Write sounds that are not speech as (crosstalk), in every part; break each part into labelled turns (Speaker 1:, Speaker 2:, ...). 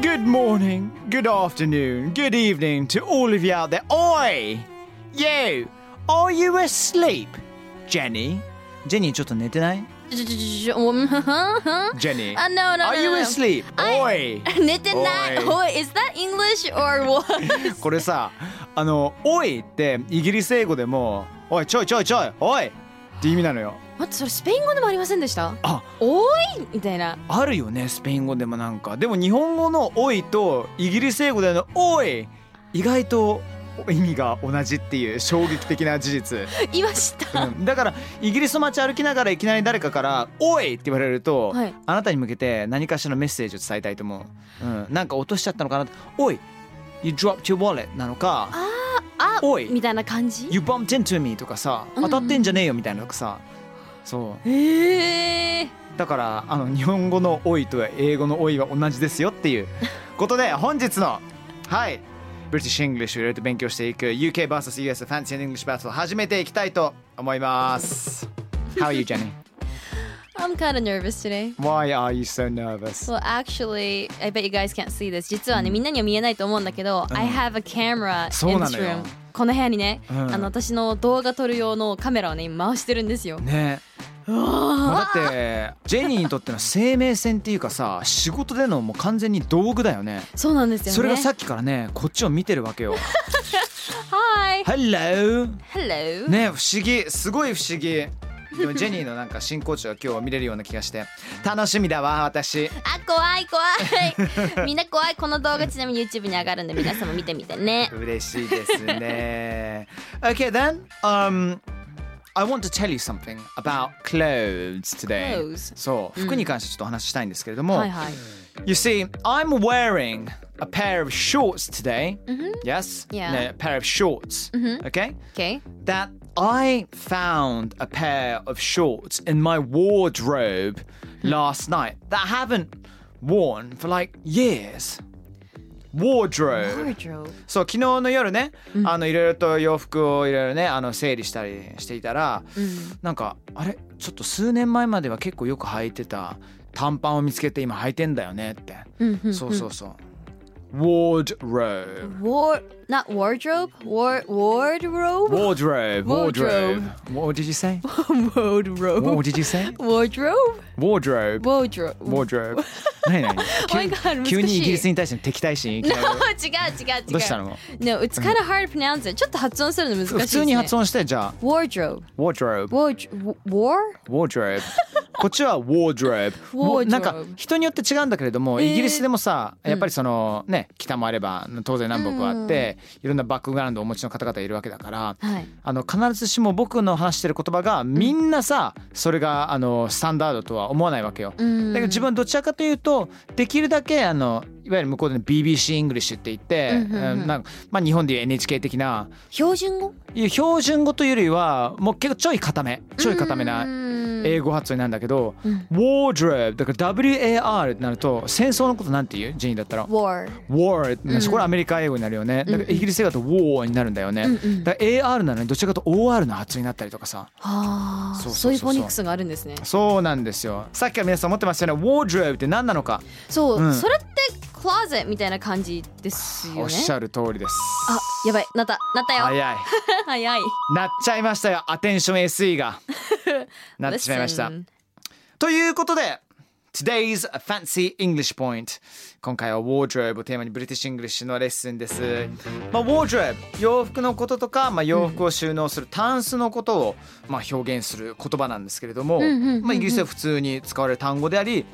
Speaker 1: Good morning, good afternoon, good evening to all of you out there. Oi! You! Are you asleep? Jenny? Jenny, ちょっと寝てない
Speaker 2: (laughs)
Speaker 1: ?Jenny?
Speaker 2: Uh, no, no,
Speaker 1: Are
Speaker 2: no,
Speaker 1: you
Speaker 2: no, no.
Speaker 1: asleep? Oi!
Speaker 2: (laughs) 寝てない。
Speaker 1: お
Speaker 2: おい、is that English or what?
Speaker 1: これさ、あの、おいってイギリス英語でも、おいちょいちょいちょい、おいって意味なのよ。
Speaker 2: 待って、それスペイン語でもありませんでした
Speaker 1: あ
Speaker 2: おいみた
Speaker 3: (laughs)
Speaker 2: いな。
Speaker 1: あるよねスペイン語でもなんかでも日本語の「おい」とイギリス英語での「おい」意外と意味が同じっていう衝撃的な事
Speaker 2: (laughs)
Speaker 1: 実、
Speaker 2: 言いました。
Speaker 1: うんだからイギリスの街歩きながらいきなり誰かから「おい」って言われると、
Speaker 2: はい
Speaker 1: あなたに向けて何かしらのメッセージを伝えたいと思う、うん、なんか落としちゃったのかな「おい」「You dropped your wallet」なのか
Speaker 2: あ、
Speaker 1: おい
Speaker 2: みたいな感じ
Speaker 1: 「You bumped into me」とかさ「
Speaker 2: うんう
Speaker 1: 当
Speaker 2: ん
Speaker 1: たってんじゃねえよ」みたいなのとかさそう
Speaker 2: ええ
Speaker 1: だからあの日本語の「おい」と英語の「おい」は同じですよっていうことで本日のはいブリティッシュ・イングリッシュをいろいろと勉強していく UKVSUS ファンシー・イングリッシュ・バトル始めていきたいと思います How are you Jenny?
Speaker 2: I'm kinda nervous today.
Speaker 1: Why are you so nervous?
Speaker 2: Well, actually, I bet you guys can't see this. 実はね、みんなには見えないと思うんだけど、I have a camera
Speaker 1: そう
Speaker 2: in
Speaker 1: な
Speaker 2: this
Speaker 1: のよ
Speaker 2: room. この部屋にね、
Speaker 1: うん
Speaker 2: あの私の動画撮る用のカメラをね、今回してるんですよ。
Speaker 1: ねまあ、だってジェニーにとっての生命線っていうかさ仕事でのもう完全に道具だよね
Speaker 2: そうなんですよね。
Speaker 1: それがさっきからねこっちを見てるわけよ
Speaker 2: Hi!
Speaker 1: Hello!
Speaker 2: Hello!
Speaker 1: ねえ不思議すごい不思議でもジェニーのなんか新コーチが今日は見れるような気がして楽しみだわ私
Speaker 2: あ怖い
Speaker 1: (laughs)
Speaker 2: 怖いみんな怖いこの動画ちなみに YouTube に上がるんで皆様見てみてね
Speaker 1: 嬉しいです
Speaker 2: (laughs)
Speaker 1: ね Okay then um I want to tell you something about clothes today
Speaker 2: Clothes
Speaker 1: そう服に関してちょっとお話ししたいんですけれども、
Speaker 2: はいはい
Speaker 1: You see I'm wearing a pair of shorts today Yes
Speaker 2: Yeah.
Speaker 1: No, a pair of shorts Okay
Speaker 2: OK
Speaker 1: that I found a pair of shorts in my wardrobe last night that I haven't worn for like years. Wardrobe.
Speaker 2: Wardrobe
Speaker 1: そう昨日の夜ね、あのいろいろと洋服をいろいろねあの整理したりしていたら、なんかあれちょっと数年前までは結構よく履いてた短パンを見つけて今履いてんだよねって、そうそうそう wardrobe (laughs)
Speaker 2: War not wardrobe war wardrobe
Speaker 1: wardrobe wardrobe what did you (laughs) say
Speaker 2: (laughs) wardrobe
Speaker 1: What did you say?
Speaker 2: wardrobe
Speaker 1: Wardrobe.
Speaker 2: wardrobe
Speaker 1: Wardrobe. 何 (laughs) 何
Speaker 2: Oh my god
Speaker 1: 急
Speaker 2: 難し
Speaker 1: に
Speaker 2: い
Speaker 1: イギリスに対しての敵対心いき
Speaker 2: No
Speaker 1: な (laughs)
Speaker 2: (laughs) 違う
Speaker 1: り
Speaker 2: 違う違う
Speaker 1: どうしたの
Speaker 2: No it's kind of hard to pronounce it ちょっと発音するの難しいですね
Speaker 1: 普通に発音してじゃあ
Speaker 2: Wardrobe
Speaker 1: Wardrobe
Speaker 2: Wardrobe War
Speaker 1: Wardrobe こっちは (laughs) Wardrobe
Speaker 2: Wardrobe
Speaker 1: なんか人によって違うんだけれどもイギリスでもさやっぱりそのね北もあれば当然南北はあっていろんなバックグラウンドをお持ちの方々いるわけだから
Speaker 2: はい
Speaker 1: あの必ずしも僕の話してる言葉がみんなさそれがあのスタンダードとは思わないわけよ。だけど自分はどちらかというとできるだけあのいわゆる向こうでの BBC イングリッシュって言ってうんなんかまあ日本でいう NHK 的な
Speaker 2: 標準語
Speaker 1: 標準語というよりはもう結構ちょい固めちょい固めな
Speaker 2: うん
Speaker 1: 英語発音なんだけど Wardrobe だから WAR ってなると戦争のことなんて言うジェニーだったら
Speaker 2: War
Speaker 1: war ってなるしこれアメリカ英語になるよねだからイギリス英語だと war になるんだよねだから AR なのにどちらかというと OR の発音になったりとかさ
Speaker 2: あー
Speaker 1: そうそうそうそう
Speaker 2: そういうフォニックスがあるんですね
Speaker 1: そうなんですよさっきから皆さん思ってましたよね wardrobe って何なのか
Speaker 2: そう、
Speaker 1: うん
Speaker 2: それってク closet みたいな感じですよね
Speaker 1: おっしゃる通りです
Speaker 2: あやばいなったなったよ
Speaker 1: 早い
Speaker 2: (laughs) 早い
Speaker 1: なっちゃいましたよアテンション SE
Speaker 2: (laughs)
Speaker 1: がなってしまいました
Speaker 2: Listen
Speaker 1: ということで Today's Fancy English Point 今回は Wardrobe をテーマにブリティッシュ・イングリッシュのレッスンです、まあ、Wardrobe 洋服のこととか、まあ、洋服を収納するタンスのことを、まあ、表現する言葉なんですけれども、まあ、イギリスでは普通に使われる単語であり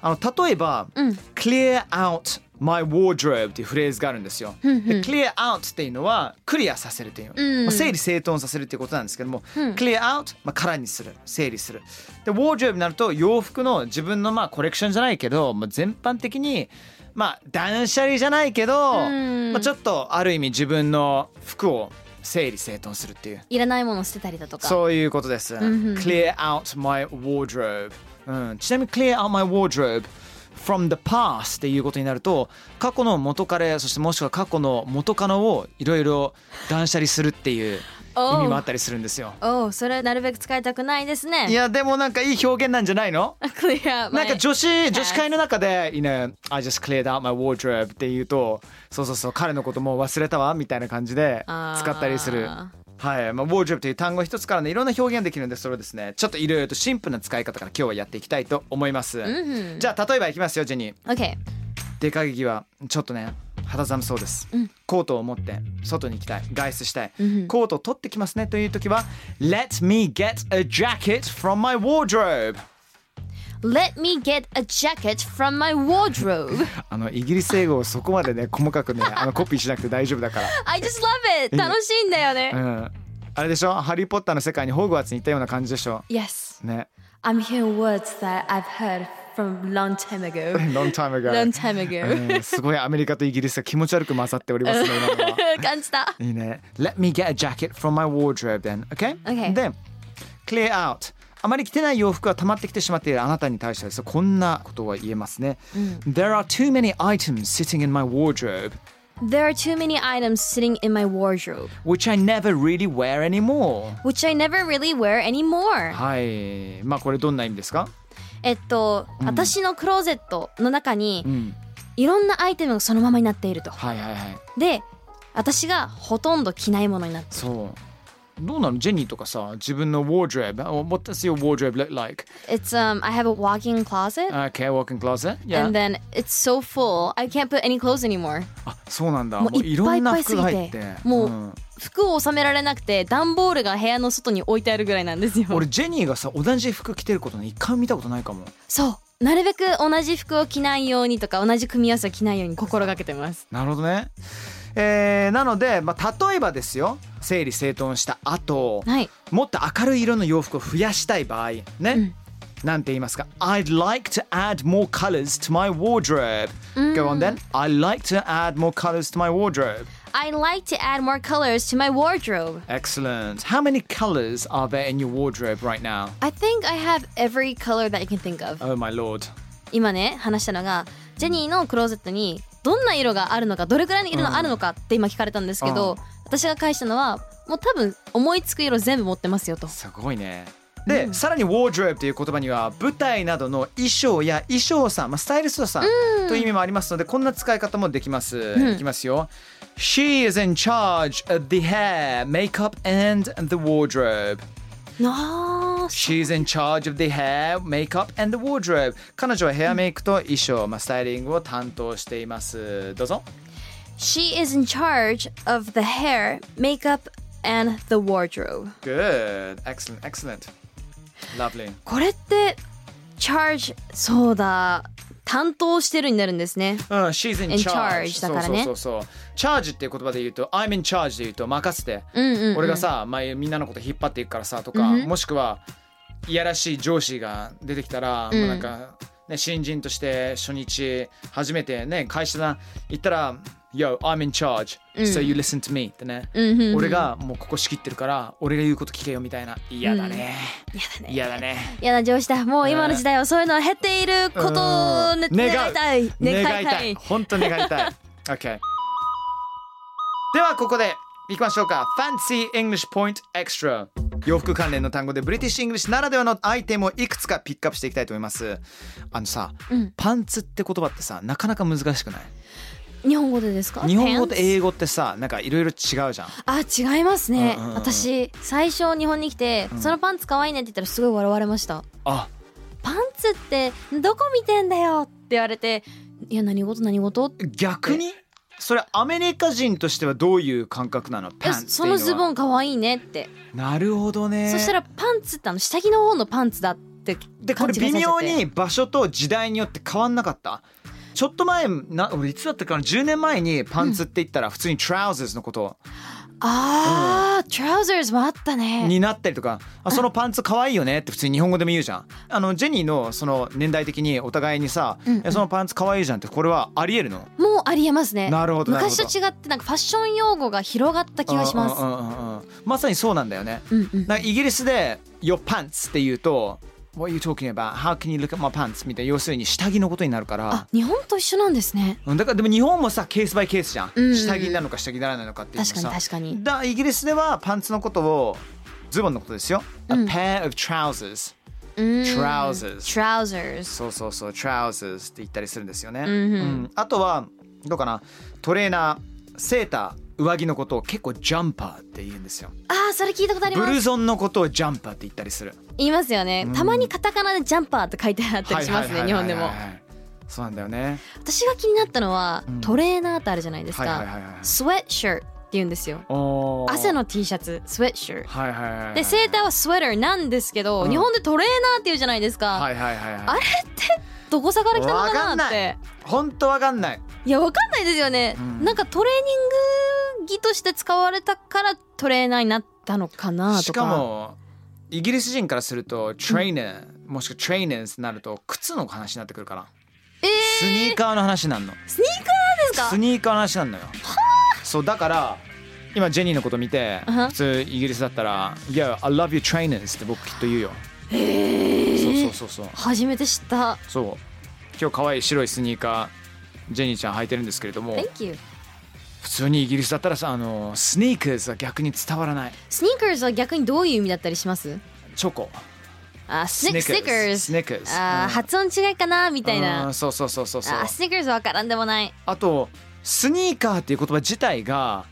Speaker 1: あの例えば、Clear out my wardrobe っていうフレーズがあるんですよ。で Clear out っていうのはクリアさせるという、まあ整理整頓させるっていうことなんですけども、Clear out まあ空にする整理する。で wardrobe になると洋服の自分のまあコレクションじゃないけど、まあ、全般的にまあ断捨離じゃないけど、まあ、ちょっとある意味自分の服を整理整頓するっていう
Speaker 2: いらないもの捨てたりだとか
Speaker 1: そういうことです。Clear out my wardrobe、うん。ちなみに Clear out my wardrobe from the past っていうことになると過去の元彼そしてもしくは過去の元カノをいろいろ断捨離するっていう
Speaker 2: (laughs) おう
Speaker 1: 意味もあったりするんですよ。
Speaker 2: おうそれはなるべく使いたくないですね
Speaker 1: い
Speaker 2: (laughs)
Speaker 1: やでもなんかいい表現なんじゃないの
Speaker 2: clear
Speaker 1: なん
Speaker 2: my
Speaker 1: か女子女子会の中で「You know, I just cleared out my wardrobe」って言うとそうそうそう彼のこともう忘れたわみたいな感じで
Speaker 2: あー
Speaker 1: 使ったりする。はい、まあ、wardrobe という単語一つからねいろんな表現できるんでそれをですねちょっといろいろとシンプルな使い方から今日はやっていきたいと思います。じゃあ例えばいきますよジェニー。
Speaker 2: OK
Speaker 1: 出かけ際ちょっとね肌寒そうです、コートを持って外に行きたい外出したい、コートを取ってきますねという時は「Let me get a jacket from my wardrobe」
Speaker 2: Let me get a jacket from my wardrobe
Speaker 1: あのイギリス英語をそこまでね細かくねあのコピーしなくて大丈夫だか
Speaker 2: I just
Speaker 1: (laughs)
Speaker 2: love it 楽しいんだよ
Speaker 1: ら、
Speaker 2: ね
Speaker 1: うん、あれでしょ「ハリー・ポッター」の世界にホーグワーツに行ったような感じでしょ
Speaker 2: Yes
Speaker 1: ね
Speaker 2: I'm hearing words that I've heard from long time ago
Speaker 1: (laughs) Long time ago
Speaker 2: long time
Speaker 1: (laughs)
Speaker 2: ago
Speaker 1: うんすごいアメリカとイギリスが気持ち悪く混ざっており
Speaker 2: (laughs)
Speaker 1: ますね今のは
Speaker 2: 感じた
Speaker 1: いいね Let me get a jacket from my wardrobe then okay?
Speaker 2: Okay.
Speaker 1: で Clear out あまり着てない洋服が溜まってきてしまっているあなたに対してはですねこんなことは言えますね、There are too many items sitting in my wardrobe
Speaker 2: There are too many items sitting in my wardrobe
Speaker 1: which I never really wear anymore
Speaker 2: which I never really wear anymore
Speaker 1: はいまあこれどんな意味ですか
Speaker 2: えっと、
Speaker 1: Mm.
Speaker 2: 私のクローゼットの中に、いろんなアイテムがそのままになっていると
Speaker 1: はいはいはい
Speaker 2: で私がほとんど着ないものになって
Speaker 1: そうどうなのジェニーとかさ自分の wardrobe Oh, What does your wardrobe look like?
Speaker 2: It's um I have a walk-in closet
Speaker 1: Okay, walk-in closet
Speaker 2: and then it's so full I can't put any clothes anymore
Speaker 1: あそうなんだ
Speaker 2: も
Speaker 1: も
Speaker 2: う
Speaker 1: う
Speaker 2: い
Speaker 1: い
Speaker 2: っぱ
Speaker 1: ろ
Speaker 2: いいっ
Speaker 1: んな
Speaker 2: ぱい
Speaker 1: 服
Speaker 2: すぎ
Speaker 1: が
Speaker 2: て
Speaker 1: 入って
Speaker 2: もうん服を収められなくて段ボールが部屋の外に置いてあるぐらいなんですよ
Speaker 1: 俺ジェニーがさ同じ服着てることね一回も見たことないかも
Speaker 2: そうなるべく同じ服を着ないようにとか同じ組み合わせを着ないように心がけてます
Speaker 1: なるほどねえーなので、まあ、例えばですよ整理整頓した後、
Speaker 2: はい
Speaker 1: もっと明るい色の洋服を増やしたい場合ね、なんて言いますか I'd like to add more colors to my wardrobe、Go on then I'd like to add more colors to my wardrobe
Speaker 2: I like to add more colors to my wardrobe
Speaker 1: Excellent How many colors are there in your wardrobe right now?
Speaker 2: I think I have every color that you can think of
Speaker 1: Oh my lord
Speaker 2: 今ね話したのがジェニーのクローゼットにどんな色があるのかどれくらいの色があるのかって今聞かれたんですけど、
Speaker 1: うん
Speaker 2: 私が返したのはもう多分思いつく色全部持ってますよと
Speaker 1: すごいね。で、さらに wardrobe という言葉には舞台などの衣装や衣装さん、まあ、スタイリストさんという意味もありますのでこんな使い方もできます。いきますよ。She is in charge of the hair, makeup and the wardrobe.
Speaker 2: なあ
Speaker 1: She's in charge of the hair, makeup and the wardrobe. 彼女はヘアメイクと衣装、まあ、スタイリングを担当しています。どうぞ。
Speaker 2: She is in charge of the hair, makeup and the wardrobe
Speaker 1: Good. Excellent, excellent. Lovely.
Speaker 2: これって charge そうだ担当してるになるんですね
Speaker 1: うん、she's in
Speaker 2: in
Speaker 1: charge,
Speaker 2: charge だからね
Speaker 1: そうそうそうそう。charge っていう言葉で言うと、I'm in charge で言うと任せて、
Speaker 2: うんうん、うん、
Speaker 1: 俺がさ、まあ、みんなのこと引っ張っていくからさとか、もしくはいやらしい上司が出てきたら、もうなんか、ね、新人として初日初めてね会社だ行ったら「Yo, I'm in charge、so you listen to me」ってね、俺がもうここ仕切ってるから俺が言うこと聞けよみたいな嫌だね嫌、だね
Speaker 2: 嫌な上司だもう今の時代はそういうのは減っていることを願いたい (laughs)
Speaker 1: 願いたい本当願いたい OK ではここで行きましょうか Fancy English Point Extra 洋服関連の単語でブリティッシュ・イングリッシュならではのアイテムをいくつかピックアップしていきたいと思いますあのさ、
Speaker 2: うん
Speaker 1: パンツって言葉ってさなかなか難しくない
Speaker 2: 日本語でですか
Speaker 1: 日本語と
Speaker 2: 英
Speaker 1: 英語ってさなんかいろいろ違うじゃん
Speaker 2: あ違いますね、
Speaker 1: うんうんうん
Speaker 2: 私最初日本に来て、そのパンツ可愛いねって言ったらすごい笑われました
Speaker 1: あ
Speaker 2: パンツってどこ見てんだよって言われていや何事何事って
Speaker 1: 逆にそれアメリカ人としてはどういう感覚なのパンツっていう
Speaker 2: そのズボ
Speaker 1: ン
Speaker 2: ン可愛いねって、
Speaker 1: なるほどね
Speaker 2: そしたらパンツってあの下着の方のパンツだって
Speaker 1: でこ
Speaker 2: 勘違
Speaker 1: れ
Speaker 2: いされ
Speaker 1: 微
Speaker 2: ちゃって
Speaker 1: 妙に場所と時代によって変わんなかったちょっと前な俺いつだったかな10年前にパンツって言ったら普通に trousers のこと
Speaker 2: あー、トラウザーズもあったね
Speaker 1: になったりとか、あそのパンツ可愛いよねって普通に日本語でも言うじゃんあのジェニーのその年代的にお互いにさ、
Speaker 2: うんうん
Speaker 1: えそのパンツ可愛いじゃんってこれはありえるの
Speaker 2: もうありえますね
Speaker 1: なるほどなるほど
Speaker 2: 昔と違ってなんかファッション用語が広がった気がします
Speaker 1: うんうんうんうんまさにそうなんだよね
Speaker 2: うんうん
Speaker 1: なんかイギリスで「Your pants」って言うと「What are you talking about? How can you look at my pants?」みたいな要するに下着のことになるから
Speaker 2: あ日本と一緒なんですね
Speaker 1: うんだからでも日本もさケースバイケースじゃん、
Speaker 2: うんうん
Speaker 1: 下着なのか下着ならないのかっていうの
Speaker 2: 確かに
Speaker 1: さ
Speaker 2: 確かに
Speaker 1: だイギリスではパンツのことをズボンのことですよ、
Speaker 2: う
Speaker 1: A
Speaker 2: ん
Speaker 1: pair of trousers
Speaker 2: うーん
Speaker 1: Trousers
Speaker 2: trousers
Speaker 1: そうそうそう trousers って言ったりするんですよね、
Speaker 2: うんうん
Speaker 1: んあとはどうかなトレーナーセーター上着のことを結構ジャンパーって言うんですよ
Speaker 2: あーそれ聞いたことあり
Speaker 1: ブ
Speaker 2: ま
Speaker 1: ル
Speaker 2: す
Speaker 1: ゾンのことをジャンパーって言ったりする
Speaker 2: 言いますよね、
Speaker 1: うん
Speaker 2: たまにカタカナでジャンパーって書いてあったりしま
Speaker 1: はい
Speaker 2: すね
Speaker 1: はいはい
Speaker 2: 日本
Speaker 1: はい
Speaker 2: で
Speaker 1: はい
Speaker 2: も
Speaker 1: そうなんだよね
Speaker 2: 私が気になったのは、
Speaker 1: うん
Speaker 2: トレーナーってあるじゃないですか、
Speaker 1: はいはいはいはい
Speaker 2: スウェッシャーって言うんですよ
Speaker 1: おー
Speaker 2: 汗の T シャツスウェッシャー
Speaker 1: はいはいはいはい
Speaker 2: でセーターはスウェッターなんですけど、
Speaker 1: うん
Speaker 2: 日本でトレーナーって言うじゃないですか、
Speaker 1: はいはいはいはい
Speaker 2: あれってどこさから来たの
Speaker 1: わか
Speaker 2: か
Speaker 1: ん
Speaker 2: なっ
Speaker 1: な
Speaker 2: て
Speaker 1: い本当わかんない
Speaker 2: いやわかんないですよね、
Speaker 1: うん
Speaker 2: なんかトレーニング着として使われたからトレーナーになったのかなとか
Speaker 1: しかもイギリス人からするとトレーナー、もしくはトレーナーズになると靴の話になってくるから、
Speaker 2: えー
Speaker 1: スニーカーの話になるの
Speaker 2: スニーカーですか
Speaker 1: スニーカーの話なんだよそうだから今ジェニーのこと見て
Speaker 2: うん
Speaker 1: 普通イギリスだったら「Yeah, I love your trainers」って僕きっと言うよそうそうそうそう
Speaker 2: 初めて知った
Speaker 1: そう今日可愛い白いスニーカージェニーちゃん履いてるんですけれども
Speaker 2: Thank you
Speaker 1: 普通にイギリスだったらさあのスニーカーズは逆に伝わらない
Speaker 2: スニーカーズは逆にどういう意味だったりします
Speaker 1: チョコ
Speaker 2: あスニッ
Speaker 1: スニッカーズ
Speaker 2: クス
Speaker 1: ス
Speaker 2: ニ
Speaker 1: ニ
Speaker 2: ッ
Speaker 1: ッカ
Speaker 2: カー
Speaker 1: ー
Speaker 2: ズ
Speaker 1: ズ
Speaker 2: あー
Speaker 1: うん
Speaker 2: 発音違いかなみたいな
Speaker 1: うんそうそうそうそうそう
Speaker 2: あスニッカーズわからんでもない
Speaker 1: あとスニーカーっていう言葉自体が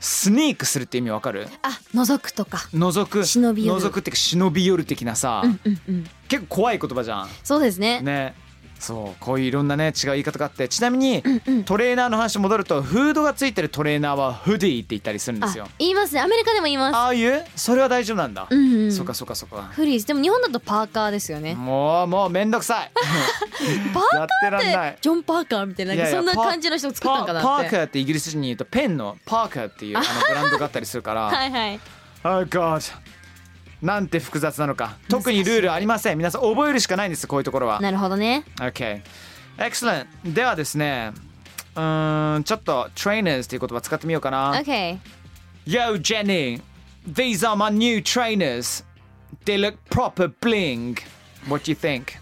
Speaker 1: スニークするって意味わかる
Speaker 2: あ覗くとか
Speaker 1: 覗く
Speaker 2: 忍び寄る
Speaker 1: 覗くっていうか忍び寄る的なさ、
Speaker 2: うんうんうん
Speaker 1: 結構怖い言葉じゃん
Speaker 2: そうですね (laughs)
Speaker 1: ねそうこういういろんなね違う言い方があってちなみに、
Speaker 2: うんうん
Speaker 1: トレーナーの話戻るとフードがついてるトレーナーはフディって言ったりするんで
Speaker 2: あ
Speaker 1: すよ
Speaker 2: 言いますねアメリカでも言います
Speaker 1: ああいうそれは大丈夫なんだ、
Speaker 2: うんうん
Speaker 1: そうかそうかそうか
Speaker 2: フリーズでも日本だとパーカーですよね
Speaker 1: もうもうめんどくさい
Speaker 2: パーカー
Speaker 1: やってらんない
Speaker 2: でジョン・パーカーみたいななんか
Speaker 1: いやいや
Speaker 2: そんな
Speaker 1: パー
Speaker 2: 感じの人を作った
Speaker 1: パ
Speaker 2: んか
Speaker 1: パ
Speaker 2: な
Speaker 1: ー
Speaker 2: っ
Speaker 1: カ
Speaker 2: て
Speaker 1: ーってイギリス人に言うとペンのパーカーって
Speaker 2: (laughs)
Speaker 1: いうあのブランドがあったりするから、
Speaker 2: はいはい
Speaker 1: Oh God なんて複雑なのか特にルールありません皆さん覚えるしかないんですこういうところは
Speaker 2: なるほどね
Speaker 1: OK Excellent ではですねうーんちょっと trainers っていう言葉使ってみようかな
Speaker 2: OK
Speaker 1: Yo Jenny These are my new trainers They look proper bling What do you think?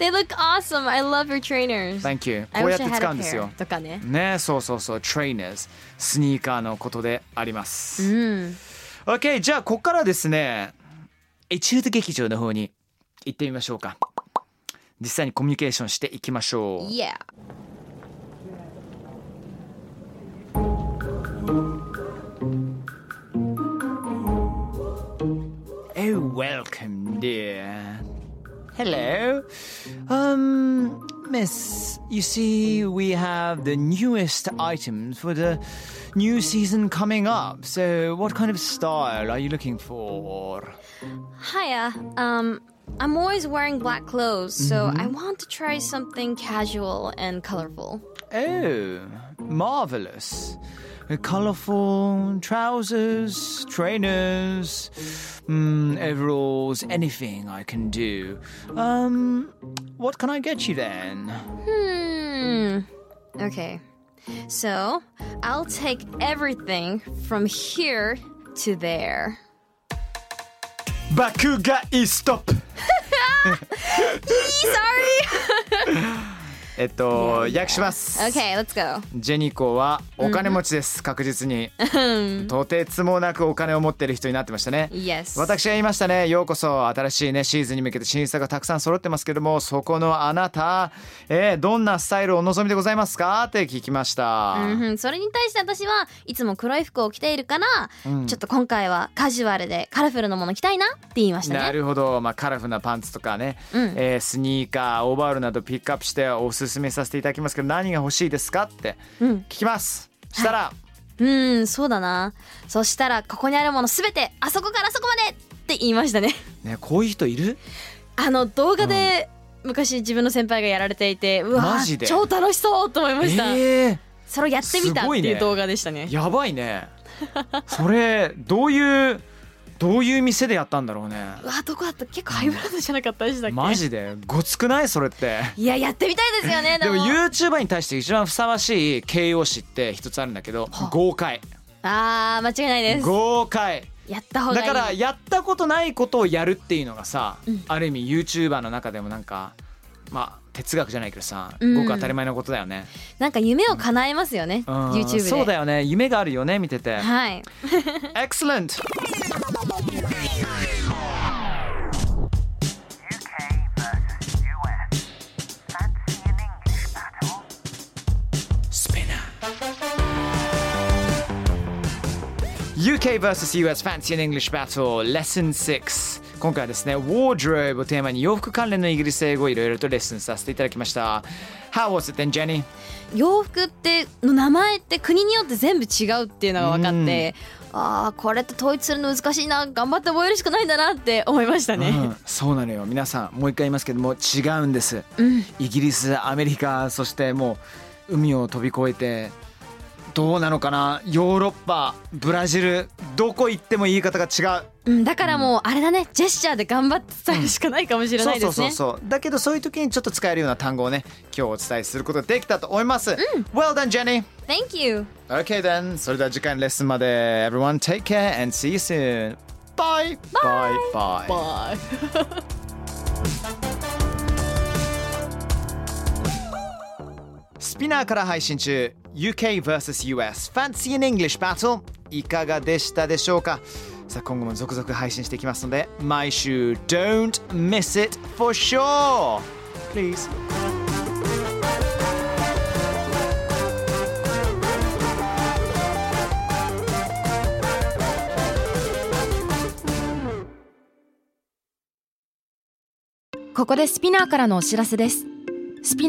Speaker 2: They look awesome I love your trainers
Speaker 1: Thank you
Speaker 2: I
Speaker 1: こう
Speaker 2: wish
Speaker 1: やって
Speaker 2: I had a
Speaker 1: 使うんですよ
Speaker 2: pair とかね
Speaker 1: ねそうそうそう trainers スニーカーのことであります、
Speaker 2: うん
Speaker 1: OK じゃあここからですねエチュード劇場の方に行ってみましょうか実際にコミュニケーションしていきましょう
Speaker 2: Yeah
Speaker 1: お Oh, welcome, dear. Hello. Um, Miss, you see, we have the newest items for the new season coming up. So, what kind of style are you looking for?
Speaker 2: Hiya. Um, I'm always wearing black clothes, so
Speaker 1: Mm-hmm.
Speaker 2: I want to try something casual and colorful.
Speaker 1: Oh, marvelous. Colorful trousers, trainers, mm, overalls, anything I can do. Um, what can I get you then?
Speaker 2: Hmm. Okay. So I'll take everything from here to there.
Speaker 1: 爆買いストップ
Speaker 2: (laughs) Sorry.
Speaker 1: (laughs) えっと訳します。
Speaker 2: Okay, let's go.
Speaker 1: ジェニコはお金持ちです、確実にとてつもなくお金を持ってる人になってましたね
Speaker 2: Yes.
Speaker 1: 私が言いましたねようこそ新しいねシーズンに向けて新作がたくさん揃ってますけどもそこのあなた、えーどんなスタイルをお望みでございますかって聞きました、
Speaker 2: うんそれに対して私はいつも黒い服を着ているから、ちょっと今回はカジュアルでカラフルなもの着たいなって言いましたね。
Speaker 1: なるほど、まあ、カラフルなパンツとかね、
Speaker 2: うん
Speaker 1: えースニーカーオーバーオールなどピックアップしておすすめさせていただきますけど何が欲しいですかって
Speaker 2: うん
Speaker 1: 聞きます、したら、
Speaker 2: うん、そうだな。そしたらここにあるものすべてあそこからあそこまでって言いましたね。 (laughs)
Speaker 1: ね、こういう人いる
Speaker 2: あの動画で昔自分の先輩がやられていて、うわ
Speaker 1: マジで
Speaker 2: 超楽しそうと思いました。
Speaker 1: えー
Speaker 2: それをやってみたって
Speaker 1: すごい
Speaker 2: い
Speaker 1: ね
Speaker 2: う動画でしたね。
Speaker 1: やばい
Speaker 2: (laughs)
Speaker 1: ねそれどういうどういう店でやったんだろうね
Speaker 2: うわどこだった結構ハイブランドじゃなかったでしたっけ？
Speaker 1: マジでごつくないそれって
Speaker 2: いややってみたいですよね。
Speaker 1: で
Speaker 2: で
Speaker 1: も
Speaker 2: も
Speaker 1: YouTuber に対して一番ふさわしい形容詞って一つあるんだけど豪快
Speaker 2: ああ間違いないです。
Speaker 1: 豪快
Speaker 2: やった方がい
Speaker 1: だ
Speaker 2: い。
Speaker 1: からやったことないことをやるっていうのがさ、ある意味 YouTuber の中でもなんかまあ哲学じゃないけどさ
Speaker 2: うん
Speaker 1: ごく当たり前のことだよね、
Speaker 2: なんか夢を叶えますよね。
Speaker 1: うん
Speaker 2: YouTube で。
Speaker 1: そうだよね夢があるよね見てて
Speaker 2: はい。
Speaker 1: Excellent!
Speaker 4: UK versus US. Fancy an
Speaker 1: スピ
Speaker 4: English battle?
Speaker 1: ナー UK vs.US Fancy and English Battle Lesson 6今回はですね Wardrobe をテーマに洋服関連のイギリス英語をいろいろとレッスンさせていただきました How was it then Jenny?
Speaker 2: 洋服っての名前って国によって全部違うっていうのが分かって、ああこれって統一するの難しいな頑張って覚えるしかないんだなって思いましたね。
Speaker 1: うん、そうなのよ皆さんもう一回言いますけども違うんです、イギリスアメリカそしてもう海を飛び越えてどうなのかなヨーロッパブラジルどこ行っても言い方が違う
Speaker 2: うんだからもうあれだねジェスチャーで頑張って伝えるしかないかもしれないです
Speaker 1: そう
Speaker 2: ね。
Speaker 1: そうそうそうだけどそういう時にちょっと使えるような単語をね今日お伝えすることができたと思います、Well done Jenny
Speaker 2: Thank you.
Speaker 1: Okay then それでは次回のレッスンまで Everyone take care and see you soon Bye Bye Bye, Bye.
Speaker 2: Bye.
Speaker 1: Spinner から配信中 UK vs.US Fancy in English Battle いかがでしたでしょうかさあ今後も続々配信していきますので毎週 Don't miss it for sure Please
Speaker 3: Spinner ここでスピナーからのお知らせですスピ